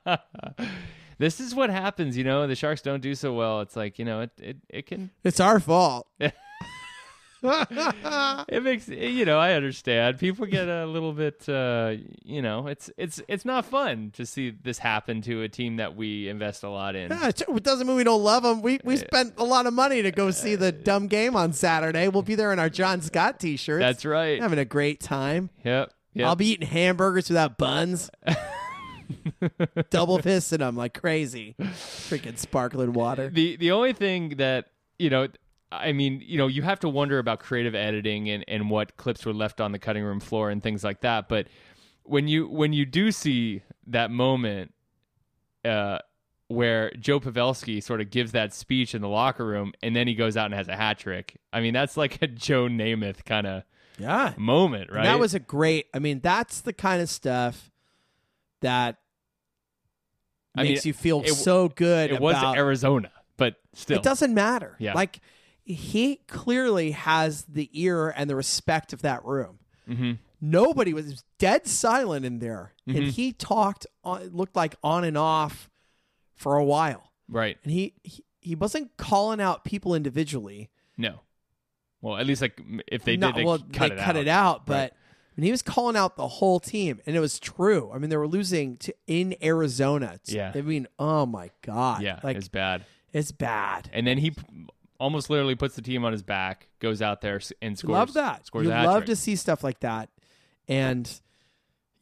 Speaker 3: this is what happens, you know. The sharks don't do so well. It's like you know, it it, it can
Speaker 4: it's our fault.
Speaker 3: it makes you know. I understand people get a little bit, uh, you know, it's it's it's not fun to see this happen to a team that we invest a lot in.
Speaker 4: Yeah, it doesn't mean we don't love them. We we spent a lot of money to go see the dumb game on Saturday. We'll be there in our John Scott t-shirts.
Speaker 3: That's right.
Speaker 4: Having a great time.
Speaker 3: Yep. Yep.
Speaker 4: I'll be eating hamburgers without buns. Double fisting them like crazy. Freaking sparkling water.
Speaker 3: the the only thing that you know i mean you know you have to wonder about creative editing and and what clips were left on the cutting room floor and things like that but when you when you do see that moment uh where Joe Pavelski sort of gives that speech in the locker room and then he goes out and has a hat trick. I mean, that's like a Joe Namath kind of
Speaker 4: Yeah.
Speaker 3: moment, right?
Speaker 4: And That was a great. I mean, that's the kind of stuff that
Speaker 3: I mean,
Speaker 4: makes you feel
Speaker 3: it w-
Speaker 4: so good.
Speaker 3: it was
Speaker 4: about-
Speaker 3: Arizona, but still.
Speaker 4: It doesn't matter.
Speaker 3: Yeah.
Speaker 4: Like he clearly has the ear and the respect of that room.
Speaker 3: Mm-hmm.
Speaker 4: Nobody was, it was dead silent in there, and he talked. On, it looked like on and off for a while,
Speaker 3: Right.
Speaker 4: and he, he he wasn't calling out people individually.
Speaker 3: No. Well, at least like m- if they
Speaker 4: Not-
Speaker 3: did they
Speaker 4: well,
Speaker 3: cut
Speaker 4: they
Speaker 3: it out.
Speaker 4: cut it out, but I mean, he was calling out the whole team, and it was true. I mean, they were losing to in Arizona. It's-
Speaker 3: Yeah.
Speaker 4: I mean, oh my god,
Speaker 3: Yeah,
Speaker 4: like
Speaker 3: it's bad.
Speaker 4: it's bad.
Speaker 3: and then he p- almost literally puts the team on his back, goes out there s- and scores.
Speaker 4: love that.
Speaker 3: Scores
Speaker 4: you
Speaker 3: a hat
Speaker 4: love
Speaker 3: trick.
Speaker 4: to see stuff like that, and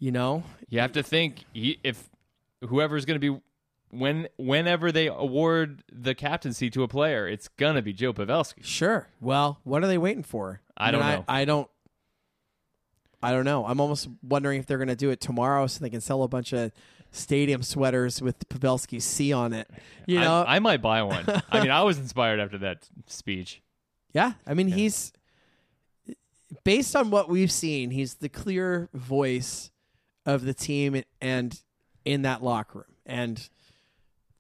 Speaker 4: you know,
Speaker 3: You have to think he, if whoever's going to be when whenever they award the captaincy to a player, it's going to be Joe Pavelski.
Speaker 4: sure. Well, what are they waiting for?
Speaker 3: I
Speaker 4: mean,
Speaker 3: don't know.
Speaker 4: I, don't. I don't know. I'm almost wondering if they're going to do it tomorrow so they can sell a bunch of stadium sweaters with Pavelski's C on it. You know,
Speaker 3: I, I might buy one. I mean, I was inspired after that speech.
Speaker 4: Yeah, I mean he's based on what we've seen, he's the clear voice of the team and in that locker room, and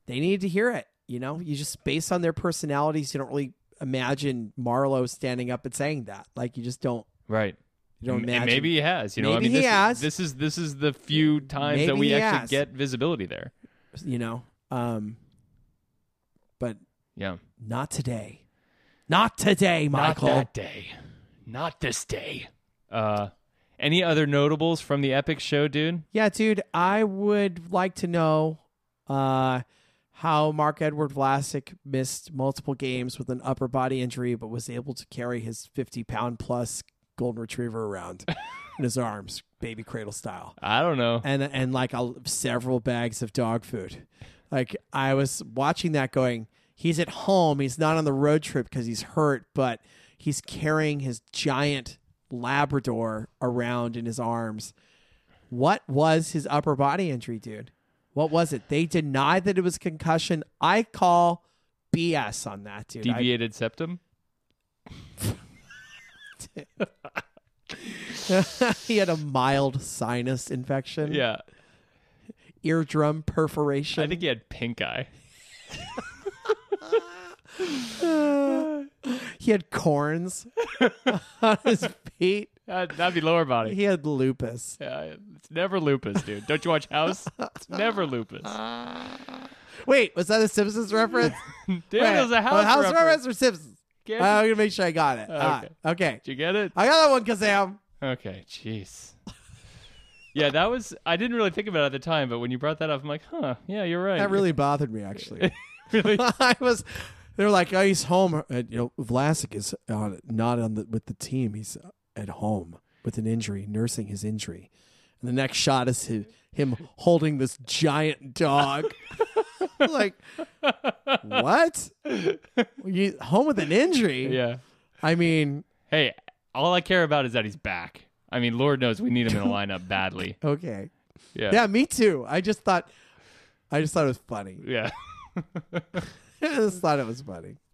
Speaker 4: they need to hear it. You know, you just based on their personalities, you don't really imagine Marlowe standing up and saying that. Like you just don't.
Speaker 3: Right.
Speaker 4: You don't
Speaker 3: And
Speaker 4: imagine.
Speaker 3: maybe he has, you know. I
Speaker 4: Maybe
Speaker 3: mean,
Speaker 4: he
Speaker 3: this,
Speaker 4: has.
Speaker 3: this is this is the few times
Speaker 4: Maybe
Speaker 3: that we
Speaker 4: he
Speaker 3: actually
Speaker 4: has.
Speaker 3: get visibility there.
Speaker 4: you know, um, but
Speaker 3: Yeah,
Speaker 4: not today. Not today, Michael.
Speaker 3: Not that day. Not this day. Uh, any other notables from the epic show, dude?
Speaker 4: Yeah, dude, I would like to know uh, how Mark Edward Vlasic missed multiple games with an upper body injury, but was able to carry his 50 pound plus golden retriever around in his arms, baby cradle style,
Speaker 3: I don't know.
Speaker 4: and and like a, several bags of dog food. Like I was watching that, going, he's at home, he's not on the road trip because he's hurt, but he's carrying his giant Labrador around in his arms What was his upper body injury, dude? What was it? They denied that it was concussion. I call BS on that, dude. I-
Speaker 3: Deviated septum.
Speaker 4: he had a mild sinus infection,
Speaker 3: Yeah,
Speaker 4: eardrum perforation.
Speaker 3: I think he had pink eye.
Speaker 4: he had corns on his feet.
Speaker 3: Uh, that'd be lower body.
Speaker 4: He had lupus.
Speaker 3: Yeah, it's never lupus, dude. Don't you watch House? It's never lupus.
Speaker 4: Uh, Wait, was that a Simpsons reference?
Speaker 3: Dude,
Speaker 4: Wait, Oh,
Speaker 3: it was a House,
Speaker 4: house
Speaker 3: reference.
Speaker 4: reference or Simpsons? Uh,
Speaker 3: Can't be-
Speaker 4: I'm gonna make sure I got it. Ah,
Speaker 3: okay.
Speaker 4: Okay,
Speaker 3: Did you get it?
Speaker 4: I got that one, Kazam.
Speaker 3: Okay, jeez. Yeah, that was. I didn't really think about it at the time, but when you brought that up, I'm like, huh? Yeah, you're right.
Speaker 4: That really bothered me, actually.
Speaker 3: really.
Speaker 4: I was. They were like, "Oh, he's home." Uh, you know, Vlasic is on, not on the, with the team. He's at home with an injury, nursing his injury. And the next shot is his, him holding this giant dog. like, what? You home with an injury?
Speaker 3: Yeah.
Speaker 4: I mean,
Speaker 3: Hey, all I care about is that he's back. I mean, Lord knows we need him in a lineup badly.
Speaker 4: okay.
Speaker 3: Yeah.
Speaker 4: Yeah, me too. I just thought, I just thought it was funny.
Speaker 3: Yeah.
Speaker 4: I just thought it was funny.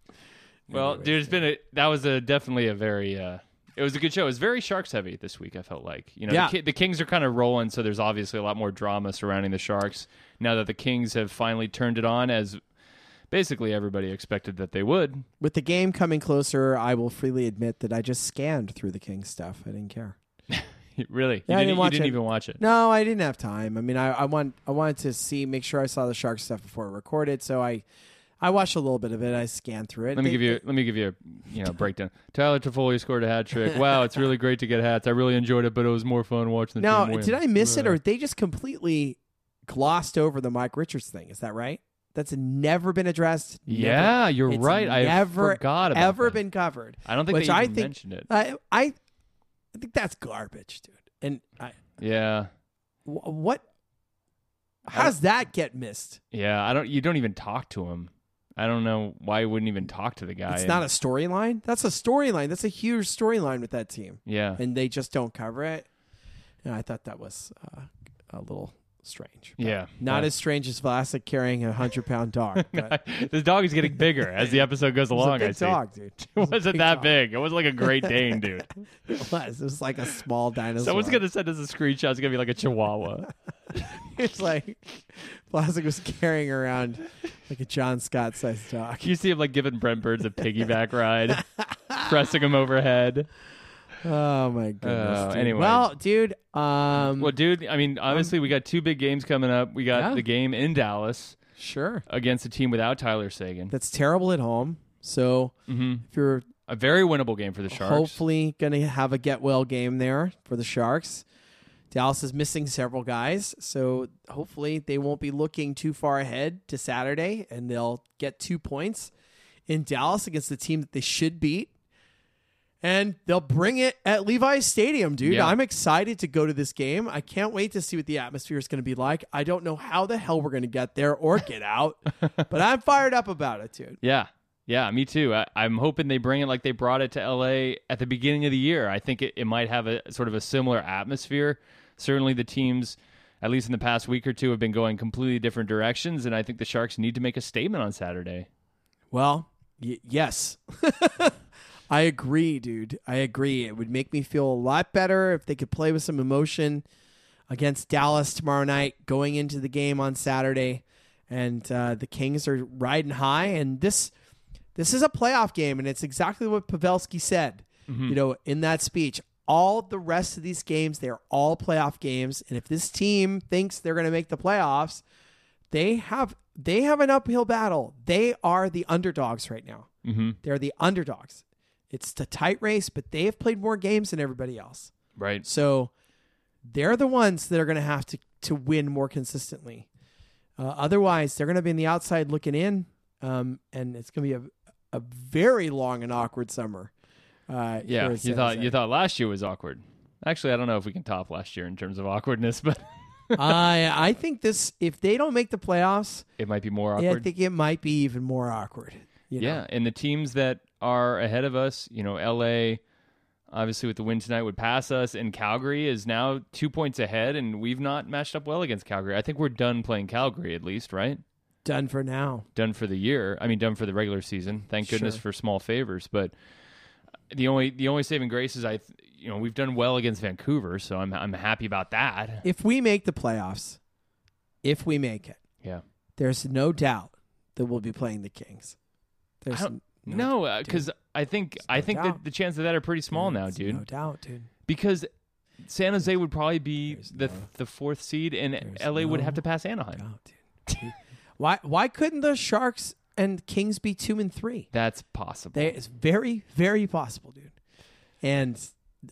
Speaker 3: Well, dude, it's been a that was a definitely a very uh it was a good show. It was very sharks heavy this week. I felt like you know
Speaker 4: Yeah.
Speaker 3: the, Ki- the Kings are kind of rolling, so there's obviously a lot more drama surrounding the Sharks now that the Kings have finally turned it on, as basically everybody expected that they would.
Speaker 4: With the game coming closer, I will freely admit that I just scanned through the King stuff. I didn't care.
Speaker 3: really, you
Speaker 4: Yeah,
Speaker 3: didn't, e,
Speaker 4: I didn't
Speaker 3: you
Speaker 4: watch
Speaker 3: didn't
Speaker 4: it.
Speaker 3: even watch it.
Speaker 4: No, I didn't have time. I mean, I, I want I wanted to see, make sure I saw the shark stuff before I recorded. So I, I watched a little bit of it. I scanned through it.
Speaker 3: Let me
Speaker 4: They-
Speaker 3: give you. Let me give you a you know breakdown. Tyler Toffoli scored a hat trick. Wow, it's really great to get hats. I really enjoyed it, but it was more fun watching the
Speaker 4: Now,
Speaker 3: team win.
Speaker 4: did I miss it or they just completely glossed over the Mike Richards thing? Is that right? That's never been addressed. never-
Speaker 3: Yeah, you're
Speaker 4: it's
Speaker 3: right. I
Speaker 4: never,
Speaker 3: forgot about
Speaker 4: ever
Speaker 3: that.
Speaker 4: been covered.
Speaker 3: I don't think
Speaker 4: which
Speaker 3: they
Speaker 4: I
Speaker 3: even
Speaker 4: think,
Speaker 3: mentioned it.
Speaker 4: I, I, I think that's garbage, dude. And I,
Speaker 3: Yeah,
Speaker 4: wh- what? How does that get missed?
Speaker 3: yeah. I don't. You don't even talk to him. I don't know why you wouldn't even talk to the guy.
Speaker 4: It's not a storyline. That's a storyline. That's a huge storyline with that team,
Speaker 3: Yeah.
Speaker 4: and they just don't cover it. And I thought that was uh, a little strange.
Speaker 3: yeah.
Speaker 4: Not as strange as Vlasic carrying a hundred pound dog. But
Speaker 3: this dog is getting bigger as the episode goes
Speaker 4: it was
Speaker 3: along.
Speaker 4: a big
Speaker 3: I see.
Speaker 4: dog, dude.
Speaker 3: It wasn't
Speaker 4: big
Speaker 3: that
Speaker 4: dog.
Speaker 3: big. It was like a Great Dane, dude.
Speaker 4: It was. It was like a small dinosaur.
Speaker 3: Someone's gonna send us a screenshot. It's gonna be like a Chihuahua.
Speaker 4: It's like Vlasic was carrying around like a John Scott sized dog.
Speaker 3: Can you see him like giving Brent Burns a piggyback ride, pressing him overhead?
Speaker 4: Oh my goodness.
Speaker 3: Oh,
Speaker 4: dude.
Speaker 3: anyway.
Speaker 4: well, dude. Um,
Speaker 3: Well, dude, I mean, obviously, we got two big games coming up. We got
Speaker 4: Yeah.
Speaker 3: the game in Dallas
Speaker 4: sure.
Speaker 3: against a team without Tyler Sagan.
Speaker 4: That's terrible at home. So if you're
Speaker 3: A very winnable game for the Mm-hmm. Sharks.
Speaker 4: hopefully going to have a get well game there for the Sharks. Dallas is missing several guys, so hopefully they won't be looking too far ahead to Saturday and they'll get two points in Dallas against the team that they should beat. And they'll bring it at Levi's Stadium, dude.
Speaker 3: Yeah.
Speaker 4: I'm excited to go to this game. I can't wait to see what the atmosphere is going to be like. I don't know how the hell we're going to get there or get out, but I'm fired up about it, dude.
Speaker 3: Yeah. Yeah, me too. I, I'm hoping they bring it like they brought it to LA at the beginning of the year. I think it, it might have a sort of a similar atmosphere. Certainly, the teams, at least in the past week or two, have been going completely different directions. And I think the Sharks need to make a statement on Saturday.
Speaker 4: Well, y- yes. I agree, dude. I agree. It would make me feel a lot better if they could play with some emotion against Dallas tomorrow night, going into the game on Saturday. And uh, the Kings are riding high. And this this is a playoff game, and it's exactly what Pavelski said, you know, in that speech. All the rest of these games, they're all playoff games. And if this team thinks they're going to make the playoffs, they have they have an uphill battle. They are the underdogs right now. Mm-hmm. They're the underdogs. It's a tight race, but they have played more games than everybody else.
Speaker 3: Right.
Speaker 4: So they're the ones that are going to have to to win more consistently. Uh, otherwise, they're going to be on the outside looking in, um, and it's going to be a, a very long and awkward summer. Uh,
Speaker 3: Yeah.
Speaker 4: here
Speaker 3: You
Speaker 4: in San
Speaker 3: thought
Speaker 4: Jose.
Speaker 3: you thought last year was awkward. Actually, I don't know if we can top last year in terms of awkwardness, but
Speaker 4: I I think this if they don't make the playoffs,
Speaker 3: it might be more awkward.
Speaker 4: yeah, I think it might be even more awkward. you know?
Speaker 3: Yeah, and the teams that are ahead of us, you know, LA, obviously with the win tonight would pass us and Calgary is now 2 points ahead and we've not matched up well against Calgary. I think we're done playing Calgary at least, right?
Speaker 4: Done for now.
Speaker 3: done for the year. I mean, done for the regular season. Thank goodness
Speaker 4: Sure.
Speaker 3: for small favors. But the only the only saving grace is I, th- you know, we've done well against Vancouver, so I'm I'm happy about that.
Speaker 4: If we make the playoffs, if we make it,
Speaker 3: Yeah.
Speaker 4: there's no doubt that we'll be playing the Kings. There's
Speaker 3: I don't- uh, No, because I think I
Speaker 4: no
Speaker 3: think that
Speaker 4: doubt.
Speaker 3: the chances of that are pretty small now,
Speaker 4: there's
Speaker 3: dude.
Speaker 4: No doubt, dude.
Speaker 3: Because San Jose would probably be the the fourth seed, and
Speaker 4: there's
Speaker 3: LA would
Speaker 4: no
Speaker 3: have to pass Anaheim.
Speaker 4: No, dude. why? Why couldn't the Sharks and Kings be two and three?
Speaker 3: That's possible.
Speaker 4: They, it's very, very possible, dude. And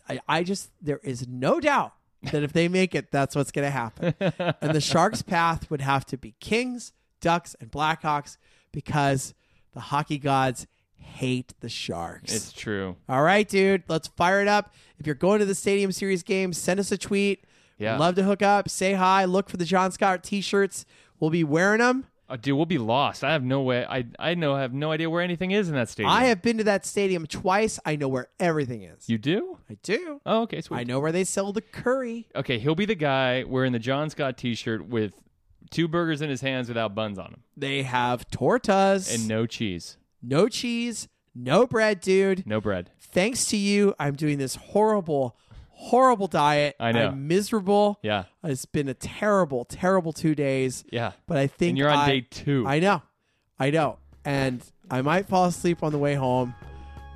Speaker 4: I, I just, there is no doubt that if they make it, that's what's going to happen. and the Sharks' path would have to be Kings, Ducks, and Blackhawks because the hockey gods hate the Sharks.
Speaker 3: it's true.
Speaker 4: All right, dude, let's fire it up. If you're going to the Stadium Series game, send us a tweet.
Speaker 3: Yeah.
Speaker 4: Love to hook up, say hi, look for the John Scott t shirts. We'll be wearing them.
Speaker 3: Uh, dude, we'll be lost. I have no way. I I know I have no idea where anything is in that stadium.
Speaker 4: I have been to that stadium twice. I know where everything is.
Speaker 3: You do?
Speaker 4: I do.
Speaker 3: Oh, okay. Sweet.
Speaker 4: I know where they sell the curry.
Speaker 3: okay, he'll be the guy wearing the John Scott T-shirt with two burgers in his hands without buns on them
Speaker 4: They have tortas
Speaker 3: and no cheese,
Speaker 4: no cheese, no bread, dude.
Speaker 3: no bread.
Speaker 4: Thanks to you, I'm doing this horrible, horrible diet.
Speaker 3: I know.
Speaker 4: I'm miserable.
Speaker 3: Yeah,
Speaker 4: It's been a terrible, terrible two days.
Speaker 3: yeah.
Speaker 4: But I think
Speaker 3: And you're on
Speaker 4: I-
Speaker 3: day two.
Speaker 4: I know. I know. And I might fall asleep on the way home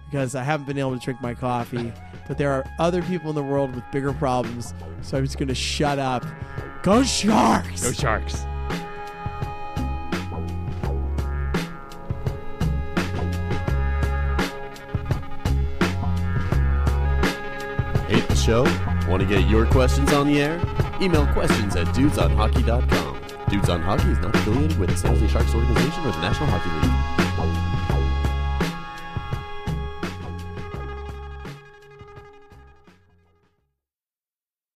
Speaker 4: because I haven't been able to drink my coffee. but there are other people in the world with bigger problems. So I'm just going to shut up. Go Sharks!
Speaker 3: Go Sharks.
Speaker 1: Hate the show? Want to get your questions on the air? Email questions at dudesonhockey.com. Dudes on Hockey is not affiliated with the San Jose Sharks organization or the National Hockey League.